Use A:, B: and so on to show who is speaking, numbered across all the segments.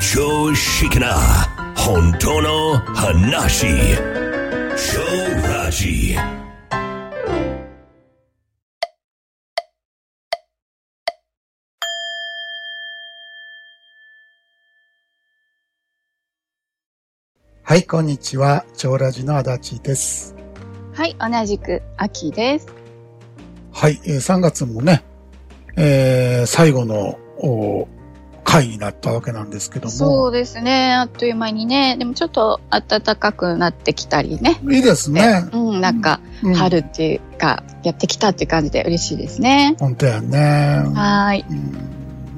A: 常識な本当の話超ラジ
B: はい、こんにちは。長ラジの足立です。
C: はい、同じく秋です。
B: はい、えー3月もね、えー最後のお回になったわけなんですけど
C: そ
B: も
C: う、ですね、あっという間にね、でもちょっと暖かくなってきたりね。
B: いいですね。
C: うん、なんか
B: うん
C: 春っていうか、やってきたっていう感じで嬉しいですね。
B: 本当やね。
C: はーい。
B: うん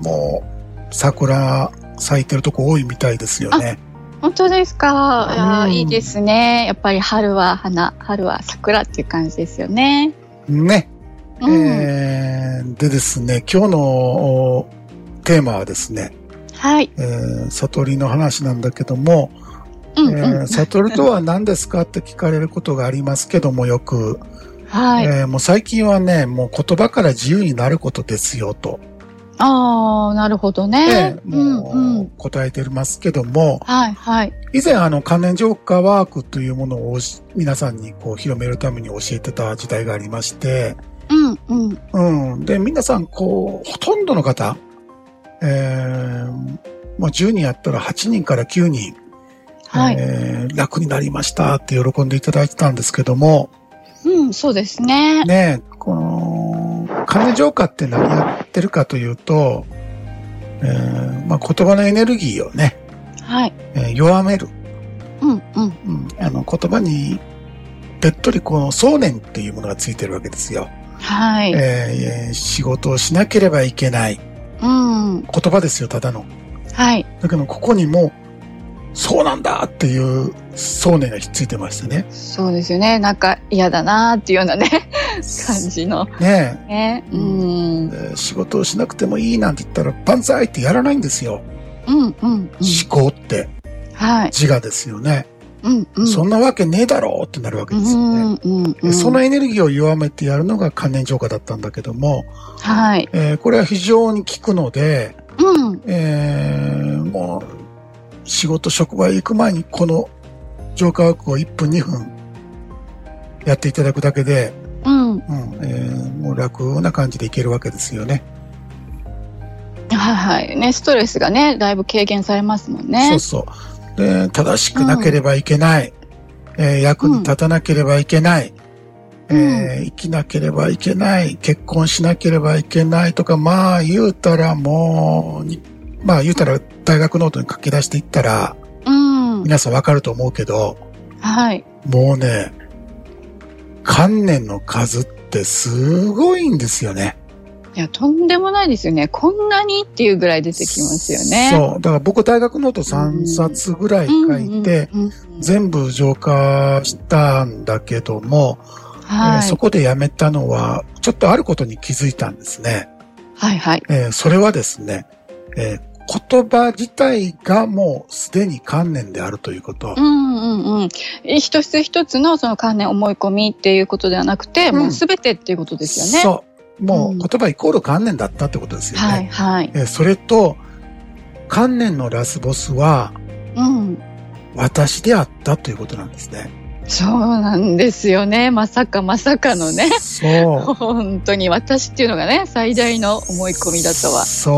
B: もう、桜咲いてるとこ多いみたいですよね。
C: 本当ですか。いやー
B: うん
C: いいですね。やっぱり春は花、春は桜っていう感じですよね。
B: ね。
C: うん。
B: えーでですね、今日のおテーマはですね、
C: はい。
B: えー悟りの話なんだけども、
C: うん、
B: え
C: う
B: ー悟りとは何ですかって聞かれることがありますけども、よく。
C: ん。はい。
B: えーもう最近はね、もう言葉から自由になることですよと、
C: ああ、なるほどね
B: ね。
C: うん、う。
B: もうん答えてますけども、
C: はい、はい。
B: 以前あの関連浄化ワークというものをし皆さんにこう広めるために教えてた時代がありまして、
C: うん、うん。
B: うん。で、皆さんこう、ほとんどの方、えーもう10人やったら8人から9人、
C: はい。
B: えー楽になりましたって喜んでいただいてたんですけども、
C: うん、そうです ね。
B: ねえ、この、金浄化って何やってるかというと、えーまあ、言葉のエネルギーをね、
C: はい。
B: えー弱める、
C: うん、うん。
B: うんあの言葉にべっとりこの想念っていうものがついてるわけですよ、
C: はい。
B: えー仕事をしなければいけない
C: うん。
B: 言葉ですよただの
C: はい。
B: だけどここにもそうなんだっていう想念がひっついてましたね
C: そうですよね。なんか嫌だなーっていうようなね、感じの
B: ね
C: ね。うん。
B: え
C: うん、
B: えー仕事をしなくてもいいなんて言ったら万歳ってやらないんですよ、
C: うん、うん。
B: 思考って
C: はい。
B: 自我ですよね。
C: うん、うん。
B: そんなわけねえだろうってなるわけですよね。
C: うん、うん、う
B: で
C: ん。
B: そのエネルギーを弱めてやるのが関連浄化だったんだけども、
C: はい。
B: えーこれは非常に効くので、
C: うん。
B: えーもう、仕事、職場へ行く前にこの浄化枠を1分2分やっていただくだけで、
C: うん。
B: うんえーもう楽な感じでいけるわけですよね。
C: はい、はい。ね、ストレスがね、だいぶ軽減されますもん
B: そ
C: ね
B: う。そう。で、正しくなければいけない。えー役に立たなければいけない。
C: うん
B: えー生きなければいけない。結婚しなければいけないとか、まあ言うたらもうに、まあ言うたら大学ノートに書き出していったら、
C: うん。
B: 皆さんわかると思うけど、
C: はい。
B: もうね、観念の数ってすごいんですよね。
C: いや、とんでもないですよね。こんなにっていうぐらい出てきますよね。う。
B: そう。だから僕大学ノート3冊ぐらい書いて、
C: うんうんうん
B: 全部浄化したんだけども、えー
C: はい
B: そ。こでやめたのは、ちょっとあることに気づいたんですね。
C: はい、はい。
B: えーそれはですね、えー言葉自体がもうすでに観念であるということ。
C: うんうんうん、一つ一つのその観念思い込みっていうことではなくて、
B: うん
C: もう全てっていうことですよね。
B: そう。もう
C: うん
B: 言葉イコール観念だったってことですよね。
C: はいはい。
B: えーそれと、観念のラスボスは
C: うん。
B: 私であったということなんですね。
C: そうなんですよね。まさかまさかのね。
B: そう。
C: 本当に私っていうのがね、最大の 思い込みだとは。
B: そう。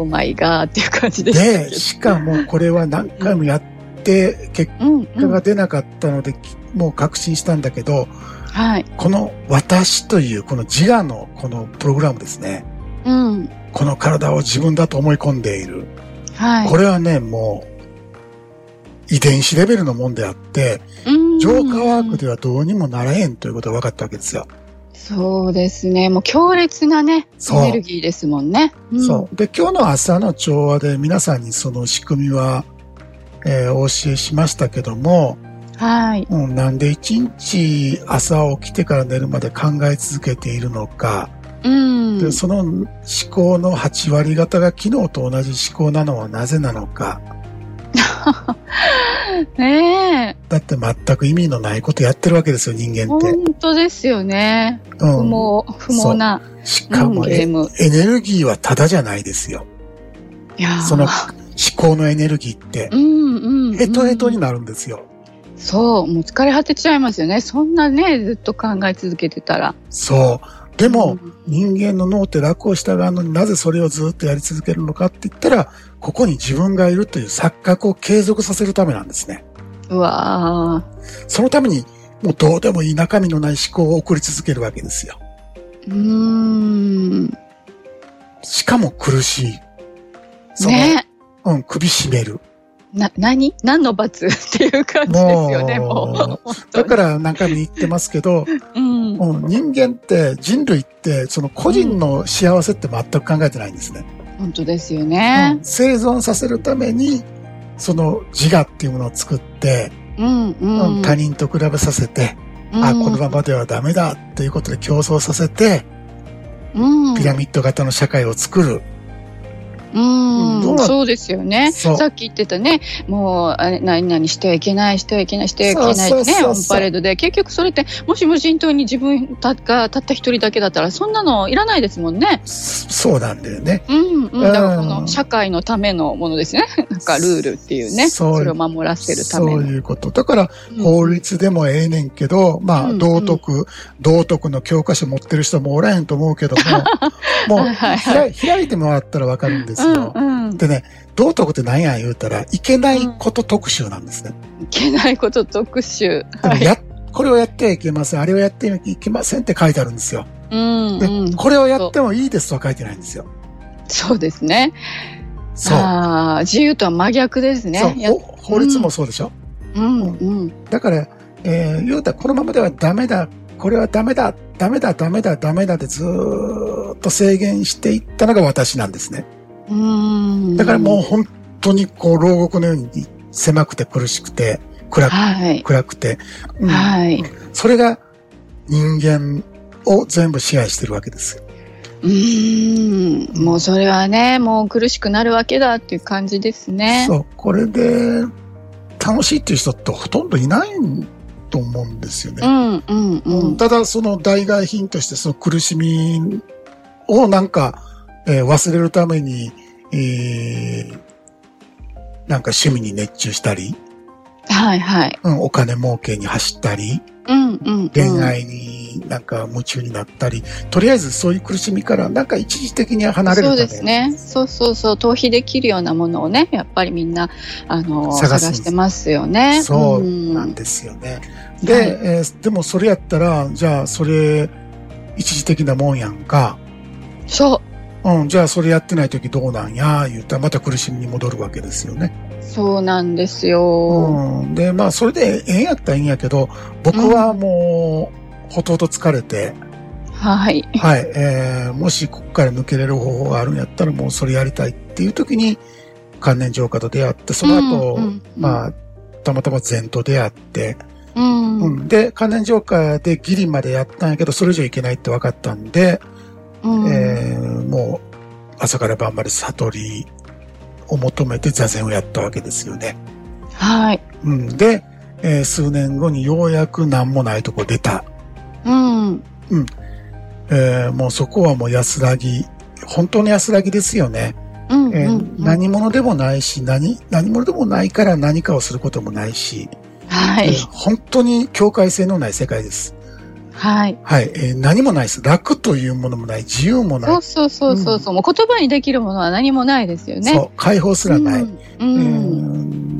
C: オーマイガーっていう感じでしたけ
B: で、
C: ど。
B: しかもこれは何回もやって、結
C: うん、
B: 果
C: うん。
B: が出なかったので、きもう確信したんだけど、
C: はい。
B: この私というこの自我のこのプログラムですね。
C: うん。
B: この体を自分だと思い込んでいる。
C: はい。
B: これはね、もう遺伝子レベルのもんであって、
C: うん
B: 浄化ワークではどうにもならへんということが分かったわけですよ。
C: そうですね。もう強烈なね、
B: そう
C: エネルギーですもんね。うん
B: そう。で、今日の朝の調和で皆さんにその仕組みは、えーお教えしましたけども、
C: はい。
B: うん、なんで一日朝起きてから寝るまで考え続けているのか、
C: うん。
B: でその思考の8割方が昨日と同じ思考なのはなぜなのか、
C: ねえ。
B: だって全く意味のないことやってるわけですよ、人間って。
C: 本当ですよね。不
B: うん、
C: 毛、不毛な、
B: し
C: う
B: か
C: ん
B: も、
C: ゲー
B: え
C: ム。
B: エネルギーはただじゃないですよ。
C: いやー
B: その思考のエネルギーって
C: う、んうんうん
B: ヘトヘトになるんですよ。
C: そうもう疲れ果てちゃいますよねそんなねずっと考え続けてたら
B: そう。でも、
C: うん
B: 人間の脳って楽を従うのになぜそれをずっとやり続けるのかって言ったら、ここに自分がいるという錯覚を継続させるためなんですね。
C: うわ
B: そのために、もうどうでもいい中身のない思考を送り続けるわけですよ。
C: ーうーん
B: しかも苦しい。その、
C: ね
B: うん、首絞める。
C: な何何の罰 っていう感じですよねもう
B: も
C: 本当
B: だ
C: に
B: から何回も言ってますけ ど、
C: うん
B: もう人間って、人類って、その個人の幸せって全く考えてないんですね。
C: 本当ですよね
B: うん生存させるために、その自我っていうものを作って、
C: うんうん、
B: うん他人と比べさせて、あ、このままではダメだっていうことで競争させて、
C: うん
B: ピラミッド型の社会を作る。
C: うん
B: どうなっ
C: そうですよね。
B: そう
C: さっき言ってたね、もう、あれ何々してはいけない、してはいけない、してはいけない
B: そうそう
C: ね、
B: そ
C: オ
B: う
C: ン
B: そう
C: パレードで。結局それって、もし無人島に自分たがたった一人だけだったら、そんなのいらないですもんね。
B: そそうなんだよね。
C: うん、うん。だからこ
B: う
C: の
B: ん
C: 社会のためのものですね。 なんかルールっていうね。
B: そう
C: それを守らせるた
B: そ
C: め
B: う
C: の。
B: いうこと。だから、
C: うん
B: 法律でもええねんけど、ま
C: う
B: あ、
C: ん
B: 道徳、道徳の教科書持ってる人もおらへんと思うけど も、もう、
C: はいはい
B: ひら開いてもらったらわかるんです
C: う
B: よ。
C: んうん。
B: でね、道徳って何や言うたら、いけないこと特集なんですね。
C: いけないこと特集。
B: でも
C: はい。
B: や、これをやってはいけません、あれをやってはいけませんって書いてあるんですよ。
C: うん
B: で
C: うん。
B: これをやってもいいですとは書いてないんですよ。
C: そうですね。
B: そう。
C: あー自由とは真逆ですね。
B: そう
C: や
B: ほ法律もそうでしょ、
C: うんうん。
B: だから、えー、言うたらこのままではダメだ、これはダメだ、ダメだ、ダメだ、ダメだってずーっと制限していったのが私なんですね。
C: うん。
B: だからもう本当にこう牢獄のように狭くて苦しくて、暗く、
C: はい。
B: 暗くて、うん
C: はい。
B: それが人間を全部支配してるわけですよ。
C: うーん。もうそれはね、もう苦しくなるわけだっていう感じですね。
B: そう、これで楽しいっていう人ってほとんどいないと思うんですよ
C: う
B: ね。
C: んうんうん。
B: ただその代替品としてその苦しみをなんか、えー忘れるために、えーなんか趣味に熱中したり、
C: はいはい。
B: うん、お金儲けに走ったり、
C: うんうんうん。
B: 恋愛になんか夢中になったり、とりあえずそういう苦しみからなんか一時的に離れるた
C: そ
B: め
C: うですね。そうそうそう。逃避できるようなものをね、やっぱりみんな、あの、
B: 探
C: 探
B: すんです
C: してますよね。
B: そう
C: うん
B: なんですよね。で、
C: はい
B: えーでもそれやったら、じゃあそれ、一時的なもんやんか。
C: そ
B: うん、じゃあそれやってない時どうなんや、言ったらまた苦しみに戻るわけですよね。
C: う。そうなんですよ。
B: うん、で、まあそれでええんやったらええんやけど、僕はもう、ほとほと疲れて、
C: はい。
B: はい、えー、もしここから抜けれる方法があるんやったらもうそれやりたいっていう時に、関連浄化と出会って、その後、
C: うんうん
B: まあ、たまたま禅と出会って、
C: うん。う。
B: うんん、で、関連浄化でギリまでやったんやけど、それ以上いけないって分かったんで、えーもう朝から晩まで悟りを求めて座禅をやったわけですよね。
C: はい。
B: うん、で、えー数年後にようやく何もないとこ出た。
C: うん。
B: えーもうそこはもう安らぎ。本当の安らぎですよね。
C: うん。
B: えー
C: うん
B: 何者でもないし、何、何者でもないから何かをすることもないし、
C: はい
B: えー。本当に境界性のない世界です。
C: はい。
B: はい、えー何もないです。楽というものもない、自由もない
C: そう、そうそうそうそう。もう言葉にできるものは何もないですよね。
B: そう、解放すらない。
C: う
B: うん
C: うん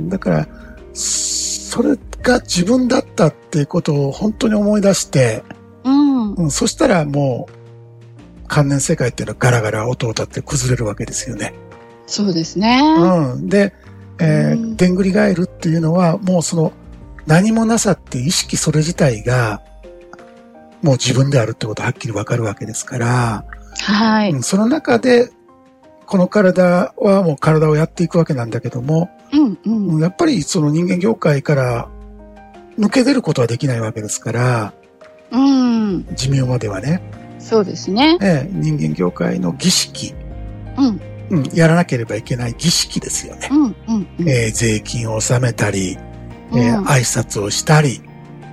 B: んだから、それが自分だったっていうことを本当に思い出して、
C: うん
B: うん、そしたらもう、関連世界っていうのはガラガラ音を立って崩れるわけですよね。
C: そうですね。
B: うん。で、えー、
C: うん
B: でんぐり返るっていうのは、もうその、何もなさって意識それ自体が、もう自分であるってことははっきりわかるわけですから、
C: はい。
B: うん、その中で、この体はもう体をやっていくわけなんだけども、
C: うんうん。
B: うんやっぱりその人間業界から抜け出ることはできないわけですから、
C: うん。
B: 寿命まではね、
C: そうですね。
B: ええ人間業界の儀式、
C: うん
B: うん、やらなければいけない儀式ですよね。
C: うんうんうん。
B: ええ税金を納めたり、
C: うん
B: ええ挨拶をしたり、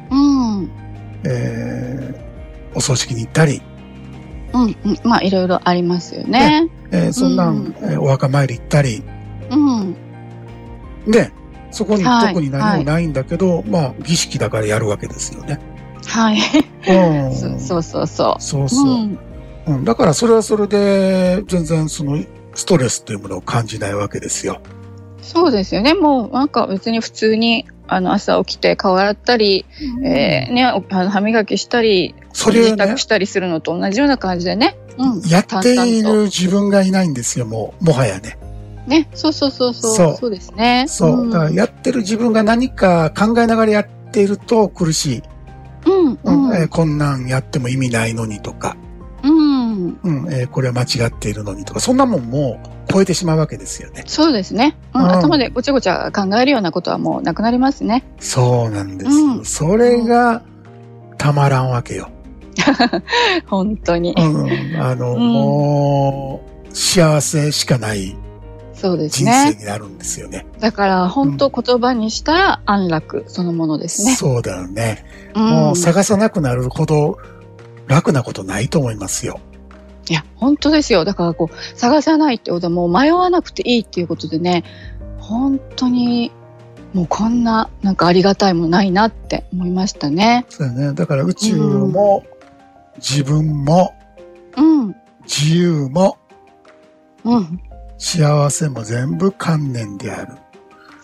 C: うんうん
B: ええお葬式に行ったり、
C: うん。まあいろいろありますよね。
B: ええそんなん、
C: うん
B: ええお墓参り行ったり、
C: うん
B: ね、そこに
C: はい
B: 特に何もないんだけど、まあ、儀式だからやるわけですよね。
C: はい。
B: うん。
C: そそうそうそ
B: そう
C: う。
B: そう。
C: うん。
B: うん、だからそれはそれで、全然そのストレスというものを感じないわけですよ。
C: そうですよね。もうなんか別に普通にあの朝起きて顔洗ったり、えーねおあの歯磨きしたり、
B: それを
C: 支
B: ね
C: 度、したりするのと同じような感じでね。うん。
B: やってい
C: 淡々
B: る自分がいないんですよ、もう、もはやね。
C: とね。そうそうそうそう。
B: そ
C: そううですね。
B: そう。
C: ん
B: だからやってる自分が何か考えながらやっていると苦しい。
C: うんう
B: うん
C: ん
B: えーこんなんやっても意味ないのにとか、
C: うん。
B: うんえーこれは間違っているのにとか、そんなもんもう超えてしまうわけですよね。
C: そうですね。うん
B: うん
C: 頭でごちゃごちゃ考えるようなことはもうなくなりますね。
B: そうなんですよ。
C: うん
B: それがたまらんわけよ。
C: 本当に。
B: うん、あの、
C: うん
B: もう、幸せしかない
C: そうです
B: 人生
C: ね。
B: になるんですよね。
C: だから本当言葉にしたら安楽そのものですね。
B: そうだよね。
C: うん
B: もう探さなくなるほど楽なことないと思いますよ。
C: いや、本当ですよ。だからこう、探さないってことはもう迷わなくていいっていうことでね、本当に、もうこんな、なんかありがたいもんないなって思いましたね。
B: そうだよね。だから宇宙も、自分も、
C: うん。
B: 自由も、
C: うん。
B: 幸せも全部観念である。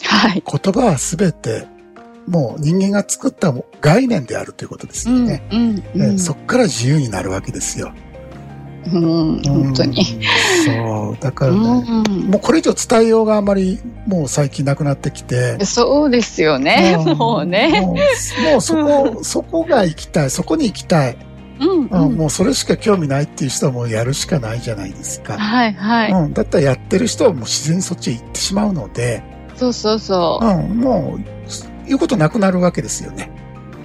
C: はい。
B: 言葉はすべて、もう人間が作ったも概念であるということです
C: う
B: よ
C: ん。
B: ね。
C: うん。う
B: ね
C: ん。
B: そっから自由になるわけですよ。
C: うん。本当に。
B: うん。そう。だか
C: う
B: らね、
C: ん。
B: もうこれ以上伝えようがあまりもう最近なくなってきて。
C: そうですよね。
B: ん
C: もうね。
B: もうもうそこ、そこが行きたい。そこに行きたい、
C: うん。
B: うん
C: うん
B: もうそれしか興味ないっていう人はもうやるしかないじゃないですか。
C: はいはい。
B: うん、だったらやってる人はもう自然にそっちへ行ってしまうので、
C: そうそう
B: う
C: そ
B: ん、もう、言うことなくなるわけですよね。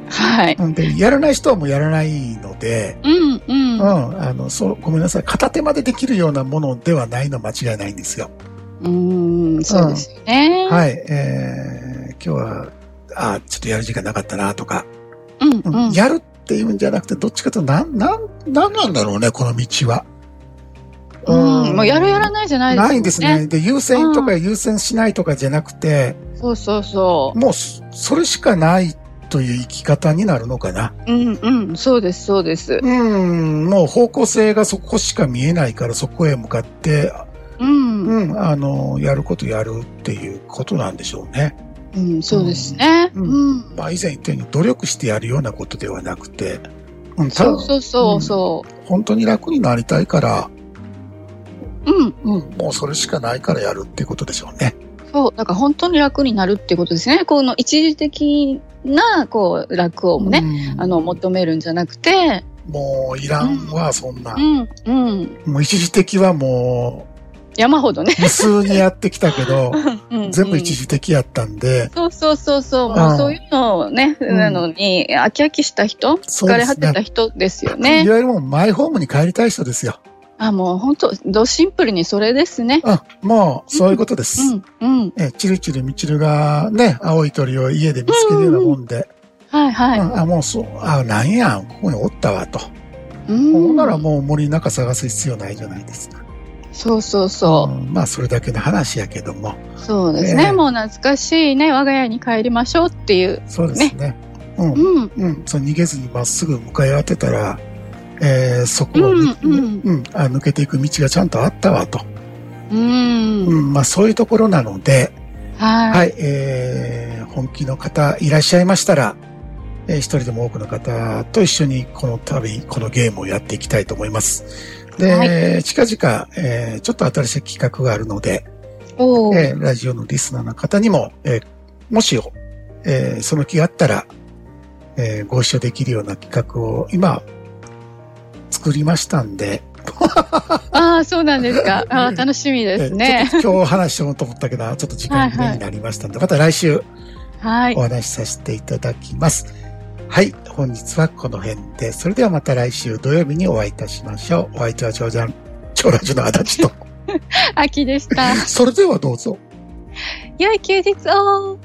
C: う。はい。
B: うん、で、やらない人はもうやらないので、
C: うんう。
B: うんん、あの、そう、ごめんなさい。片手までできるようなものではないのは間違いないんですよ。
C: うん。そうですよね。
B: はい、えー、今日は、あ、ちょっとやる時間なかったなとか、
C: うん
B: う
C: うんん。
B: やるっていうんじゃなくて、どっちかというと、なん、なん、なんなんだろうね、この道は。
C: うん。もうやるやらないじゃないですよ
B: ないんですね。。で、優先とか優先しないとかじゃなくて、
C: そうそうそう。
B: もうそ、それしかないという生き方になるのかな。
C: うんうん、そうです、そうです。
B: うん、もう方向性がそこしか見えないから、そこへ向かって、
C: うん、うん、
B: うん、あの、やることやるっていうことなんでしょうね。
C: そうですね。
B: う
C: うんん、
B: まあ、以前言ったように、努力してやるようなことではなくて、うん、た
C: そう
B: だ、
C: そうそうそう。
B: 本当に楽になりたいから、
C: うん、
B: うん、もうそれしかないからやるってことでしょうね。
C: そう、だから本当に楽になるってことですね。この一時的な、こう、楽をね、
B: うん
C: あの、求めるんじゃなくて、
B: もういらんわ、そんな
C: う。ん、うん、
B: もう一時的はも
C: 山ほどね。
B: う、無数にやってきたけど、
C: うん
B: 全部一。
C: うん
B: 時的やったんで、
C: そうそうそうそう、
B: あ
C: も
B: あ
C: うそういうのをね、
B: ん
C: なのに、飽き飽きした人、
B: そう
C: 疲
B: ですね
C: れ果てた人ですよ
B: い
C: ね。
B: わゆるもうマイホームに帰りたい人ですよ。
C: あ、もう本当、どシンプルにそれですね。
B: あ、もう、そういうことです。
C: うん、うん、
B: え、チルチルミチルがね、青い鳥を家で見つけるようなもんで、
C: はいはい。
B: うんあ、もうそう、あ、なんやん、ここにおったわと。
C: うん
B: ほんならもう森の中探す必要ないじゃないですか。
C: そうそうそ
B: うんまあ、それだけの話やけども、
C: う。そうです
B: え
C: ね。
B: え
C: もう懐かしいね。我が家に帰りましょうっていう。
B: そうですね。うん、
C: うん。
B: うん、そう逃げずにまっすぐ向かい合ってたら、えーそこ
C: う
B: を、
C: ん。う
B: うん
C: ん。
B: あ抜けていく道がちゃんとあったわと。
C: うん。
B: うん、まあ、そういうところなので、
C: はい。
B: はい、えー本気の方いらっしゃいましたら、えー一人でも多くの方と一緒にこの旅、このゲームをやっていきたいと思います。で、
C: は
B: 近々、えーちょっと新しい企画があるので、
C: おー
B: えーラジオのリスナーの方にも、えーもし、えーその気があったら、えーご一緒できるような企画を今、作りましたんで、
C: ああ、そうなんですか。ああ、楽しみです
B: えー
C: ね。
B: ちょっと今日話しようと思ったけど、ちょっと時間切れになりましたんで、また来週、
C: はい
B: お。話しさせていただきます。はい、本日はこの辺で、それではまた来週土曜日にお会いいたしましょう。お相手は長者、長ラジの足立と。
C: 秋でした。
B: それではどうぞ。
C: 良い休日を。